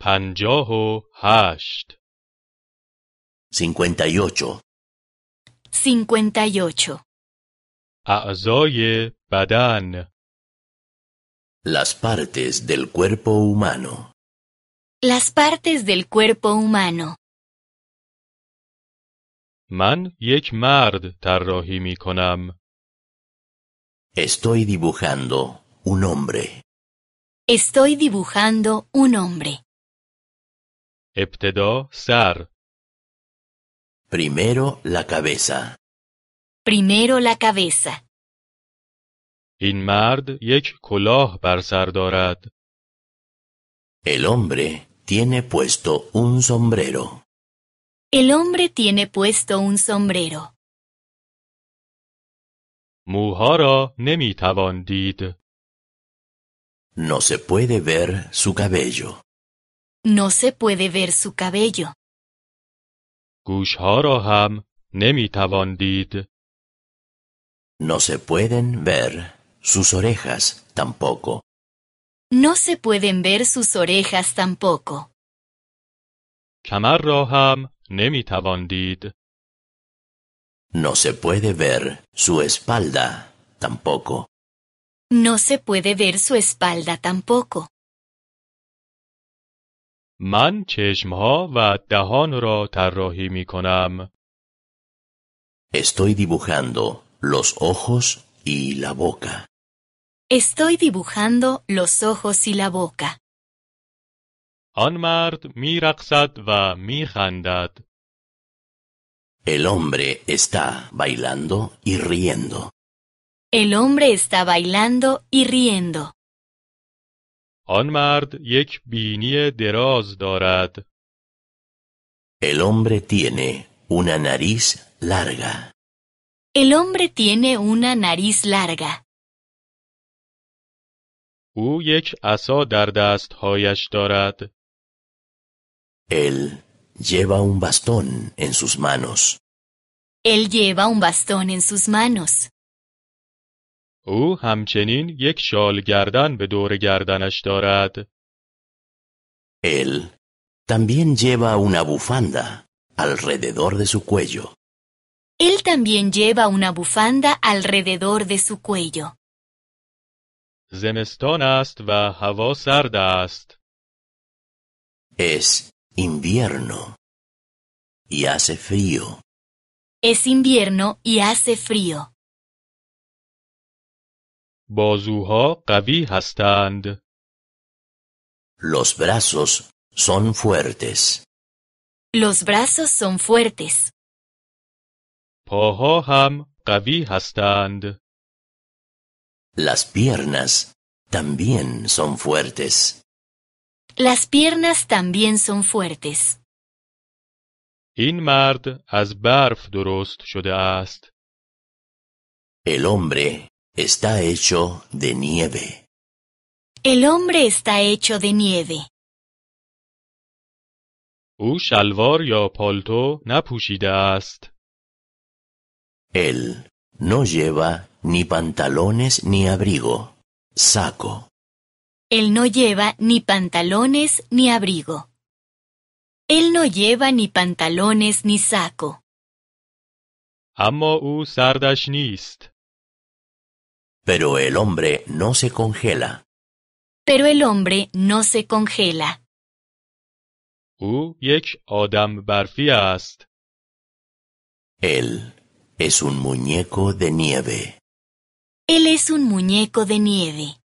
پنجاه و هشت 58. 58. اعضای بدن Las partes del cuerpo humano. Las partes del cuerpo humano. من یک مرد طراحی می کنم Estoy dibujando un hombre. Estoy dibujando un hombre. ابتدا سر Primero la cabeza. Primero la cabeza. این مرد یک کلاه بر سر دارد El hombre tiene puesto un sombrero. El hombre tiene puesto un sombrero. موها را نمی توان دید No se puede ver su cabello. No se puede ver su cabello. گوشها را هم نمی توان دید No se pueden ver sus orejas tampoco. No se pueden ver sus orejas tampoco. کمر را هم نمی توان دید No se puede ver su espalda tampoco. No se puede ver su espalda tampoco. من چشمها و دهان را طراحی می کنم Estoy dibujando los ojos y la boca. Estoy dibujando los ojos y la boca. آن مرد می رقصد و می خندد El hombre está bailando y riendo. El hombre está bailando y riendo. آن مرد یک بینی دراز دارد El hombre tiene una nariz larga. El hombre tiene una nariz larga. او یک عصا در دستهایش دارد Él lleva un bastón en sus manos. Él lleva un bastón en sus manos. او همچنین یک شال گردن به دور گردنش دارد Él también lleva una bufanda alrededor de su cuello. Él también lleva una bufanda alrededor de su cuello. زمستان است و هوا سرد است Es invierno y hace frío. Es invierno y hace frío. بازوها قوی هستند Los brazos son fuertes. Los brazos son fuertes. پاها هم قوی هستند Las piernas también son fuertes. Las piernas también son fuertes. این مرد از برف درست شده است El hombre está hecho de nieve. El hombre está hecho de nieve. او شلوار یا پالتو نپوشیده است Él no lleva ni pantalones ni abrigo. Saco. Él no lleva ni pantalones ni abrigo. Él no lleva ni pantalones ni saco, اما او سردش نیست Pero el hombre no se congela. pero el hombre no se congela. او یک آدم برفی است Él es un muñeco de nieve. Él es un muñeco de nieve.